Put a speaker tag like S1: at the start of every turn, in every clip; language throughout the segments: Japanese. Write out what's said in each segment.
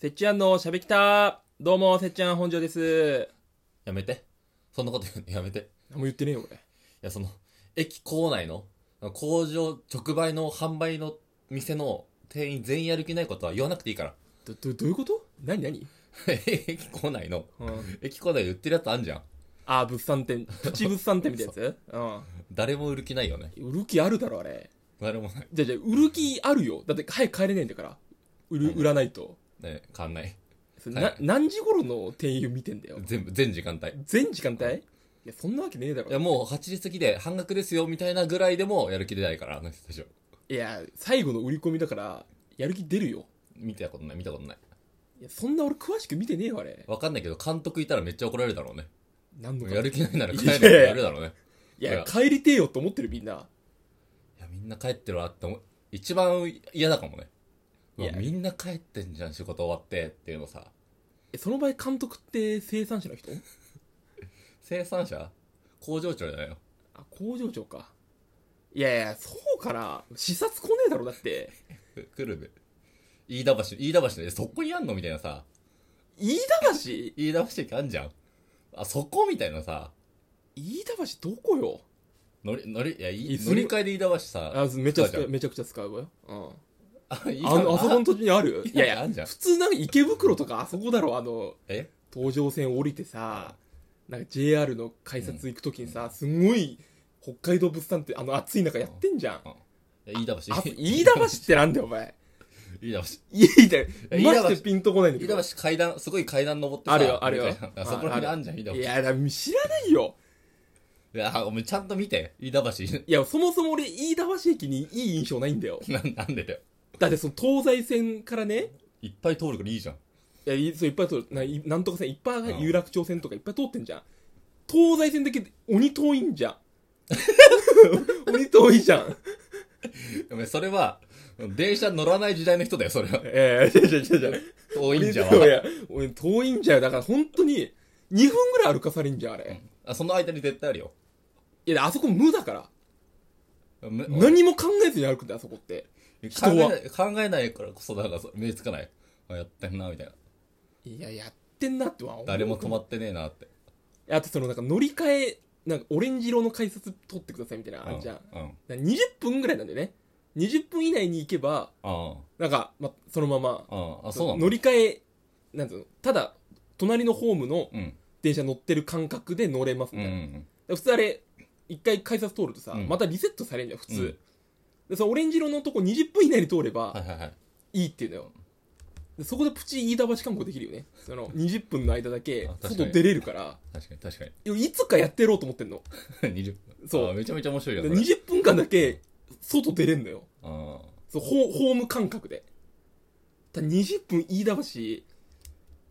S1: せっちゃんのしゃべきたどうも、せっちゃん本庄です。
S2: やめて。そんなこと言うのやめて。い
S1: 何も言ってねえよ、俺。
S2: や、その、駅構内の、工場、直売の、販売の店の店員全員やる気ないことは言わなくていいから。
S1: ど、ど、どういうこと何何
S2: 駅構内の、
S1: うん。
S2: 駅構内で売ってるやつあんじゃん。
S1: あー、物産展。プチ物産展みたいなやつ
S2: 誰も売る気ないよね。
S1: うん。売る気あるだろ、あれ。
S2: 誰もない。
S1: じゃあじゃあ売る気あるよ。だって早く帰れねえんだから。売る、売らないと。
S2: ね、変わんない。
S1: それな、何時頃の店員を見てんだよ。
S2: 全部、全時間帯。い
S1: 全時間帯いや、そんなわけねえだ
S2: や、
S1: ろ。
S2: もう8時過ぎで半額ですよ、みたいなぐらいでもやる気出ないから、あの人たちは。
S1: いや、最後の売り込みだから、やる気出るよ。
S2: 見たことない、見たことない。
S1: いや、そんな俺詳しく見てねえよ、あれ。
S2: わかんないけど、監督いたらめっちゃ怒られるだろうね。
S1: 何のか
S2: やる気ないなら帰
S1: いや
S2: れってやるだろうね。
S1: いや、帰りてえよと思ってる、みんな。
S2: いや、みんな帰ってるわって思う、一番嫌だかもね。うわ
S1: いや
S2: みんな帰ってんじゃん、仕事終わってっていうのさ。
S1: え、その場合監督って生産者の人
S2: 生産者工場長じゃないよ。
S1: あ、工場長か。いやいや、そうから、視察来ねえだろ、だって。
S2: く久留部。飯田橋、飯田橋で、えそこにあんのみたいなさ。
S1: 飯田橋
S2: 飯田橋駅あんじゃん。あ、そこみたいなさ。
S1: 飯田橋どこよ
S2: 乗り、乗り、いや、い
S1: い
S2: 乗り換えで飯田橋さ。
S1: あ、めちゃくち
S2: 使
S1: ゃ、
S2: うじん
S1: めちゃくちゃ使うわよ。うん。
S2: あ、飯田
S1: あの、あそこの
S2: あ
S1: 土地にある
S2: い
S1: いや
S2: や
S1: い
S2: あ
S1: や
S2: んじゃ、ん
S1: 普通なんか池袋とかあそこだろ、あの、
S2: え
S1: 東上線降りてさ、なんか JR の改札行くときにさ、すごい、北海道物産ってあの暑い中やってんじゃん。
S2: いや飯田橋。
S1: あ、飯田橋ってなんだよ、お前。
S2: 飯田橋。
S1: 飯田、
S2: や飯田橋
S1: マジでピンとこないんだけ
S2: 飯
S1: ど
S2: 田。橋階段、すごい階段登ってさ。
S1: あるよ、あるよ
S2: みたい。なあそこら辺にあんじゃん、飯田橋。
S1: い
S2: い
S1: や、だから知らないよ。
S2: や、お前ちゃんと見て。飯田
S1: いや、そもそも俺、飯田橋駅にいい印象ないんだよ。
S2: 橋。 な、なんでだよ。
S1: だってその東西線からね、
S2: いっぱい通るからいいじゃん。
S1: いや、いそういっぱい通る、ないなんとか線、いっぱ
S2: うん
S1: い有楽町線とかいっぱい通ってんじゃん。東西線だけ鬼遠いんじゃ ん。鬼遠いじゃん。
S2: お前それは、電車乗らない時代の人だよ、それは。
S1: ええ、違う違う違う違う。
S2: 遠いんじゃ
S1: いやい
S2: ん。
S1: や、俺遠いんじゃよ。だから本当に、2分ぐらい歩かされんじゃん、あれ。
S2: あその間に絶対あるよ。
S1: いや、あそこ無だから。
S2: め
S1: 何も考えずに歩くんだよ、あそこって。
S2: 考えない考えないからこそ、なんかそう目つかない。あやってんな、みたいな。
S1: いや、やってんなっては思う。
S2: 誰も止まってねえなって。
S1: あとそのなんか乗り換え、なんかオレンジ色の改札取ってくださいみたいなのあるじゃん。
S2: うん。うん。
S1: だから20分ぐらいなんだよね。20分以内に行けば、
S2: あ
S1: なんか、ま、そのまま、
S2: あ、あ、そうな
S1: 乗
S2: の
S1: り換え、なんつうの、ただ、隣のホームの
S2: うん。
S1: 電車乗ってる感覚で乗れます
S2: うん
S1: み
S2: う
S1: たいな。だか
S2: ん。
S1: ら普通あれ、一回改札通るとさ、
S2: うん
S1: またリセットされるんだよ、普通。
S2: うん
S1: で、そのオレンジ色のとこ20分以内に通れ
S2: は
S1: ば
S2: いはいはい。
S1: いいっていうのよ。でそこでプチ飯田橋観光できるよね。その20分の間だけ
S2: あ確かに
S1: 外出れるから、
S2: 確かに確かに。
S1: いやいつかやってやろうと思ってんの。
S2: 20分。
S1: そう
S2: あめちゃめちゃ面白い
S1: だ
S2: よ
S1: か
S2: ね。
S1: ら
S2: これ
S1: 20分間だけ外出れんのよ
S2: あ
S1: そうホホーム感覚でただ20分飯田橋い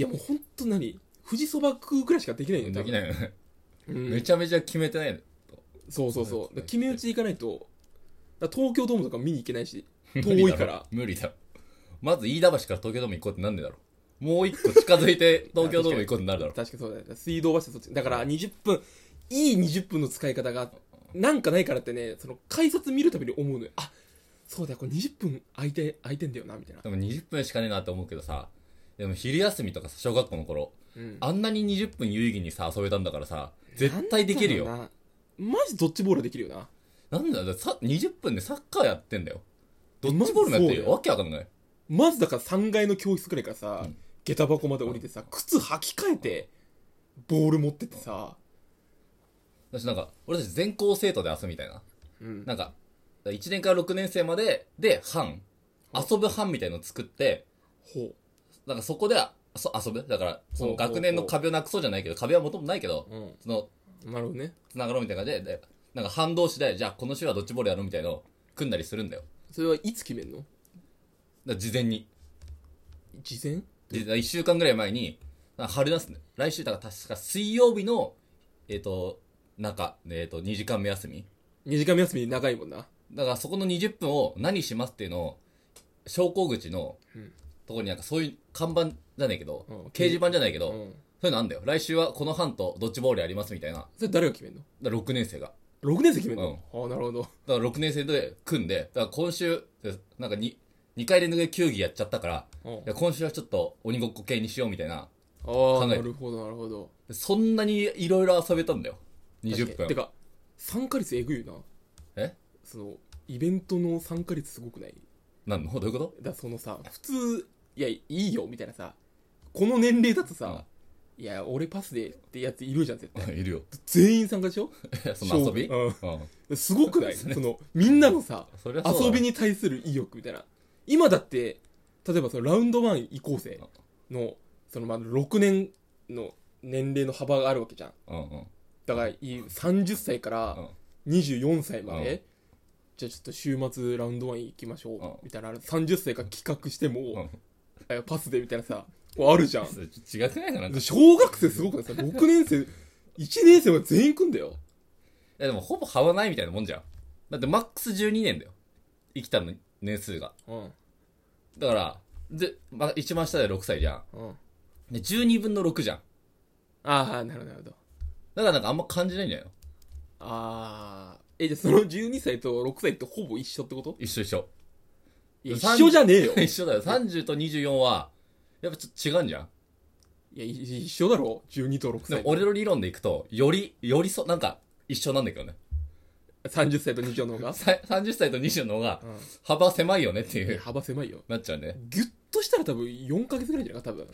S1: やもう本当何富士そば食うくらいしかできないよ
S2: あ。でき
S1: い、
S2: ないよね。
S1: うん
S2: めちゃめちゃ決めてない。
S1: そうそうそう
S2: そう
S1: だから
S2: ですね
S1: 決め打ちで行かないとだから東京ドームとか見に行けないし遠いから。
S2: 無理だろ。まず飯田橋から東京ドーム行こうってなんでだろう。もう一個近づいて東京ドーム行こうってなるだろう。
S1: 確かそうだよ水道橋とそっちだから20分いい20分の使い方がなんかないからってねその改札見るたびに思うのよあそうだよこれ20分空いて空いてんだよなみたいな、
S2: でも20分しかねえなって思うけどさ、でも昼休みとかさ、小学校の頃、
S1: うん、
S2: あんなに20分有意義にさ、遊べたんだからさ、絶対できるよ。
S1: な
S2: なん
S1: だろうなマジドッジボールできるよなん
S2: だよ、さ、20分でサッカーやってんだよ。ドッジボールもやって
S1: まずそうだ
S2: る
S1: よ
S2: よ。わけわかんない。
S1: まずだから3階の教室くらいからさ、
S2: うん
S1: 下駄箱まで降りてさ靴履き替えてボール持ってってさ、
S2: 私なんか、俺たち全校生徒で遊ぶみたいな。
S1: うん、
S2: なんか、1年から6年生まで、で、班。遊ぶ班みたいの作って、
S1: ほ
S2: なんかそこで、そ遊ぶだから、そ
S1: ほ
S2: の
S1: うほうほう
S2: 学年の壁をなくそうじゃないけど、壁はもともとないけど、
S1: う、う
S2: その、
S1: ん、なるほどね
S2: つながろうみたいな感じで、でなんか班同士で、じゃあこの週はドッジボールやろうみたいのを組んだりするんだよ。
S1: それはいつ決めんの
S2: だから事前に。
S1: 事前
S2: で、1週間ぐらい前に、なんか春休み、来週だから確か水曜日の、えっ、と、中、えっ、と、2時間目休み。
S1: 2時間目休み長いもんな
S2: だからそこの20分を何しますっていうのを、昇降口の
S1: うん
S2: ところになんかそういう看板じゃないけど、
S1: うん
S2: 掲示板じゃないけ
S1: う
S2: ど、そうんいうのあんだよ。来週はこの班とドッジボールやりますみたいな。
S1: それ誰が決めんの
S2: だから6年生が。
S1: 6年生決めんの、ああなるほど
S2: だから6年生で組んで、だから今週、なんか 2, 2回連続で球技やっちゃったから、
S1: おう
S2: いや今週はちょっと鬼ごっこ系にしようみたいな。
S1: ああ
S2: 考え
S1: な
S2: る
S1: るほどなるほど
S2: そんなにいろいろ遊べたんだよ。20
S1: 確かにて
S2: 分。
S1: か参加率えぐいよな
S2: え
S1: そのイベントの参加率すごくない
S2: なんのどういうこと
S1: だそのさ普通いやいいよみたいなさこの年齢だとさ、いや俺パスでってやついるじゃん絶対
S2: うんいるよ。
S1: 全員参加でしょ
S2: え その遊び
S1: 勝負
S2: うん
S1: すごくないそのみんなのさ
S2: そりゃそうだろ
S1: 遊びに対する意欲みたいな今だって例えばそのラウンド1移行生のそのまあ6年の年齢の幅があるわけじゃん
S2: うんうん。
S1: だからい30歳から24歳まで、
S2: うん
S1: じゃあちょっと週末ラウンド1行きましょう、
S2: ん
S1: みたいな30歳が企画しても、
S2: うん
S1: えパスでみたいなさこうあるじゃん
S2: それちょ違くないかなんか
S1: で小学生すごくないさ6年生1年生は全員来んだよ
S2: いやでもほぼ幅ないみたいなもんじゃん。だってマックス12年だよ。生きたの年数が。
S1: うん
S2: だから、で、まあ、一番下で6歳じゃん。
S1: うん
S2: で、12分の6じゃん。
S1: ああなるほどなるほど
S2: だからなんかあんま感じないんじゃないの
S1: ああえじゃあその12歳と6歳ってほぼ一緒ってこと
S2: 一緒一緒。
S1: いや
S2: 30
S1: 一緒じゃね えよ
S2: 一緒だよ。30と24は、やっぱちょっと違うんじゃん。
S1: いやい一緒だろ12と6
S2: でも
S1: 歳
S2: 俺の理論でいくと、より、よりそ、なんか、一緒なんだけどね。
S1: 30歳と24の方 が、
S2: さ30歳と20の方が
S1: う、ん
S2: 幅狭いよねってい
S1: いや、
S2: う、
S1: 幅狭いよ
S2: なっちゃうね。
S1: ギュッとしたら多分4ヶ月ぐらいじゃないか多分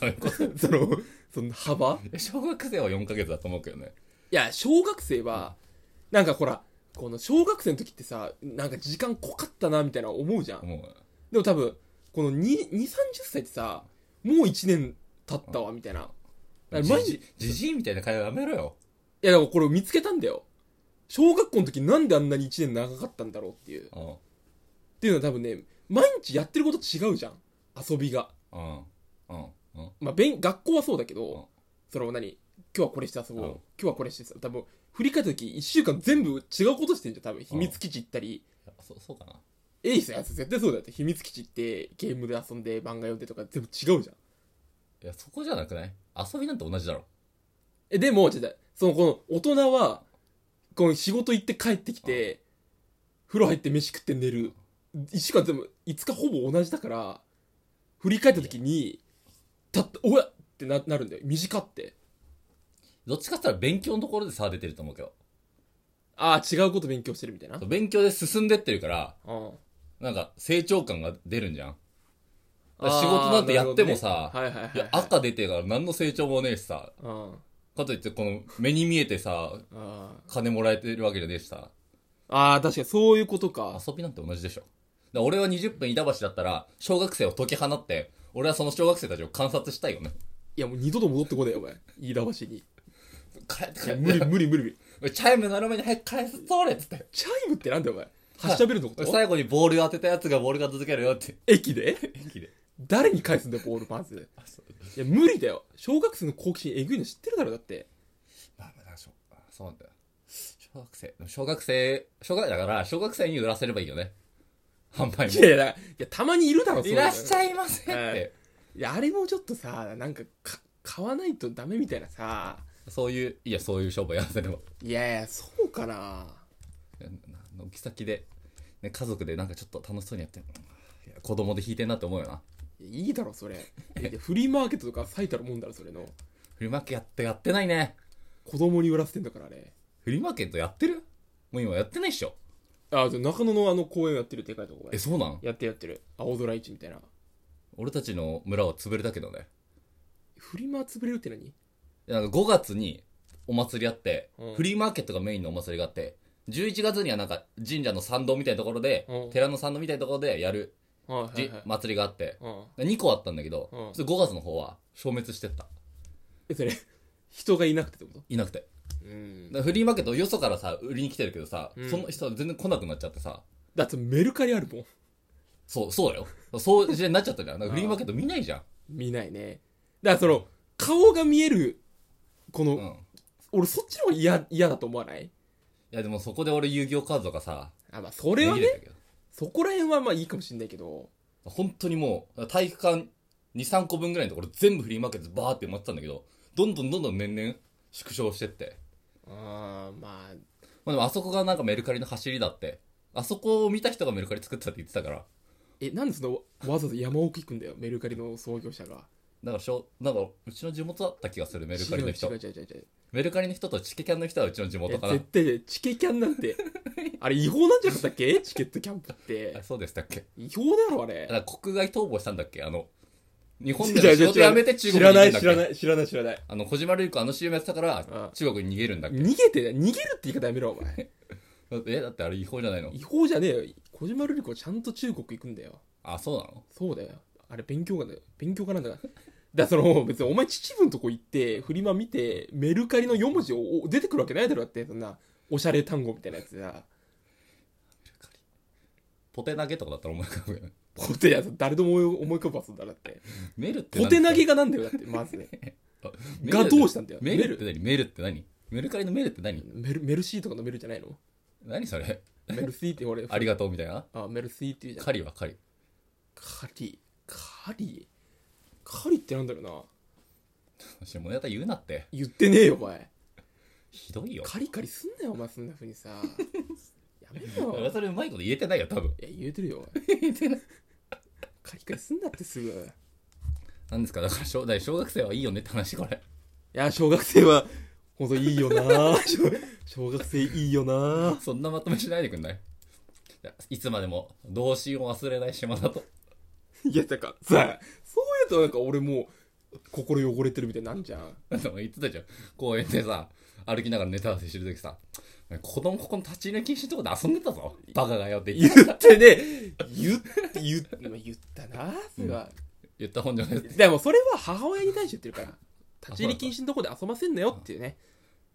S2: どういうこと
S1: そのその幅
S2: 小学生は4ヶ月だと思うけどね。
S1: いや小学生はなんかほらこの小学生の時ってさなんか時間濃かったなみたいな思うじゃん
S2: もう、
S1: でも多分この2 2 3 0歳ってさもう1年経ったわみたいなだからマ
S2: じ
S1: ジい
S2: じ、じじいみたいな会話やめろよ。
S1: やだからこれ見つけたんだよ小学校の時なんであんなに1年長かったんだろうっていうっ
S2: うん。
S1: ていうのは多分ね毎日やってること違うじゃん遊びが
S2: うん。うん。うん。
S1: まあ、勉学校はそうだけ
S2: うん
S1: ど、その何今日はこれして遊ぼう、
S2: うん
S1: 今日はこれしてさ多分振り返った時1週間全部違うことしてんじゃん多分秘密基地行ったり、
S2: やっぱそう、そうかな。
S1: エイスのやつ絶対そうだよって秘密基地行ってゲームで遊んで漫画読んでとか全部違うじゃん
S2: いや、そこじゃなくない遊びなんて同じだろ。
S1: えでもちょっとそのこの大人はこの仕事行って帰ってきて、風呂入って飯食って寝る1週間全部5日ほぼ同じだから振り返った時にたったおやってななるんだよ短って
S2: どっちかって言ったら勉強のところで差は出てると思うけど。
S1: ああ違うこと勉強してるみたいな
S2: 勉強で進んでってるから、
S1: うん
S2: なんか成長感が出るんじゃん。
S1: あー
S2: 仕事なんてやってもさ
S1: なるほどねはいはいはい
S2: い
S1: はい
S2: や、赤出てから何の成長もねえしさ。
S1: うん
S2: かといって、この目に見えてさ、
S1: あー
S2: 金もらえてるわけじゃねえしさ。
S1: あー確かにそういうことか
S2: 遊びなんて同じでしょ。だから俺は20分板橋だったら、小学生を解き放って、俺はその小学生たちを観察したいよね。
S1: いやもう二度と戻ってこねえよお前飯田橋にい
S2: 帰って帰
S1: や
S2: っ
S1: 無理無理無理無理
S2: て。チャイム鳴る前に早く返すぞれっつって。
S1: チャイムってなんだよお前発車ベルのこと
S2: 最後にボール当てたやつがボールが続けるよって。
S1: 駅で
S2: 駅で。
S1: 誰に返すんだよボールパンツいや無理だよ小学生の好奇心えぐいの知ってるだろだって
S2: まあまあ、なんかしょあそうなんだよ。小学生。でも小学生、小学生だから、小学生に売らせればいいよね。販売
S1: い
S2: も。
S1: やいやいやたまにいるだろ
S2: いらっし
S1: ゃ
S2: ゃいませっ
S1: は
S2: て
S1: い。いやあれもちょっとさなんかか買わないとダメみたいなさ
S2: そういう、いや、そういう商売やらせれば。
S1: いやいやそうかな
S2: 軒先で、ね、家族でなんかちょっと楽しそうにやって、いや子供で弾いてんなって思うよな。
S1: いやいいだろそれいやフリーマーケットとか最たるもんだろそれの
S2: フリマーケットやってないね。
S1: 子供に売らせてんだからあれ
S2: フリマーケットやってるもう今やってないっしょ。
S1: あじゃあ中野のあの公園やってるでかいとこ
S2: え、そうなん
S1: やってるやってる青空市みたいな
S2: 俺たちの村は潰れたけどね。
S1: フリマ潰れるって何
S2: いやなんか5月にお祭りあって、
S1: うん
S2: フリーマーケットがメインのお祭りがあって、11月にはなんか神社の参道みたいなところで、
S1: うん
S2: 寺の参道みたいなところでやる
S1: は
S2: じ、祭りがあって、
S1: うん
S2: 2個あったんだけど、
S1: うん
S2: それ5月の方は消滅してった。
S1: えそれ人がいなくてってこ
S2: いなくて。
S1: とうん
S2: だからフリーマーケットよそからさ売りに来てるけどさ、
S1: うん
S2: その人は全然来なくなっちゃってさ
S1: だってメルカリあるもん
S2: そうそうだよそういう時代になっちゃったじゃんなんかフリーマーケット見ないじゃん
S1: 見ないねだからその顔が見えるこの、
S2: うんい
S1: 俺そっちの方が嫌嫌だと思わない
S2: やでもそこで俺遊戯王カードとかさ
S1: あまあそれは
S2: 値切
S1: ね
S2: たけど
S1: そこら辺はまあいいかもしんないけど
S2: 本当にもう体育館23個分ぐらいのところ全部フリーマーケットバーって埋まってたんだけどどんどんどんどん年々縮小してって、
S1: あーまあ
S2: まあ、でもあそこがなんかメルカリの走りだってあそこを見た人がメルカリ作ってたって言ってたから
S1: えなんでそのわざわざ山奥行くんだよメルカリの創業者が
S2: だからしょなんかうちの地元だった気がするメルカリの人
S1: 違う違う違う違う
S2: メルカリの人とチケキャンの人はうちの地
S1: いや
S2: 元かな
S1: 絶対ねチケキャンなんて あれ違法なんじゃなかったっけチケットキャンプっ
S2: あ
S1: て
S2: そうでしたっけ
S1: 違法だろあれ
S2: だから国外逃亡したんだっけあの日本
S1: 違う違
S2: での
S1: う
S2: 仕事辞めて中
S1: 知
S2: 国に
S1: らな
S2: 行くん
S1: い
S2: だっ
S1: 知らな
S2: け
S1: い知らない知らない
S2: あの小島瑠璃子あの CM やってたから
S1: うん
S2: 中国に逃げるんだっけ
S1: 逃げて逃げるって言い方やめろお 前
S2: えだってあれ違法じゃないの
S1: 違法じゃねえよ小島瑠璃子ちゃんと中国行くんだよ
S2: あそうなの
S1: そうだよあれ勉強家だよ勉強家なんだからだからその別にお前秩父のとこ行ってフリマ見てメルカリの4文字をお出てくるわけないだろだってそんなおしゃれ単語みたいなやつ さ
S2: ポテ投げとかだったら思い浮かぶよね
S1: ポテや誰でも思い思い浮かぶわそんなのだって
S2: メルって
S1: ポ
S2: 何
S1: テ投げがなんだよだってまずね
S2: メル
S1: がどうしたんだよ
S2: メルって何メルって何メルカリのメルって何
S1: メルメルシーとかのメルじゃないの
S2: 何それ
S1: メルシーって俺
S2: ありがとうみたいな
S1: あメルシーって言うじゃん
S2: 狩りは狩り
S1: カリカリカリってなんだろうな
S2: 下ネタ言うなって
S1: 言ってねえよお前
S2: ひどいよ
S1: カリカリすんなよお前そんな風に さやめろよ
S2: それうまいこと言えてないよ多分
S1: いや言えてるよおい
S2: 言えてない
S1: カリカリすんなってすぐい
S2: 何ですかだから小だから小学生はいいよねって話これ
S1: や小学生はほんといいよな 小小学生いいよな
S2: そんなまとめしないでくんないいやいつまでも童心を忘れない島だと
S1: いやだからさそういうとなんか俺もう心汚れてるみたいになんじゃん
S2: なんか言ってたじゃん公園でさ歩きながらネタ合わせしてる時さお前子供ここの立ち入り禁止のとこで遊んでたぞバカがよって言
S1: 言
S2: って
S1: ってね言って言っ言ったなそれは、
S2: 言った本じゃないです
S1: でもそれは母親に対して言ってるから立ち入り禁止のとこで遊ばせんなよっていうね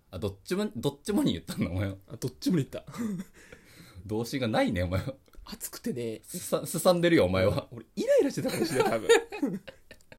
S2: あどっちもどっちもに言ったんだお前は
S1: あどっちもに言った
S2: 童心がないねお前は
S1: 暑くてね
S2: すさすさんでるよお前は
S1: 俺イライラしてたかもしれない多分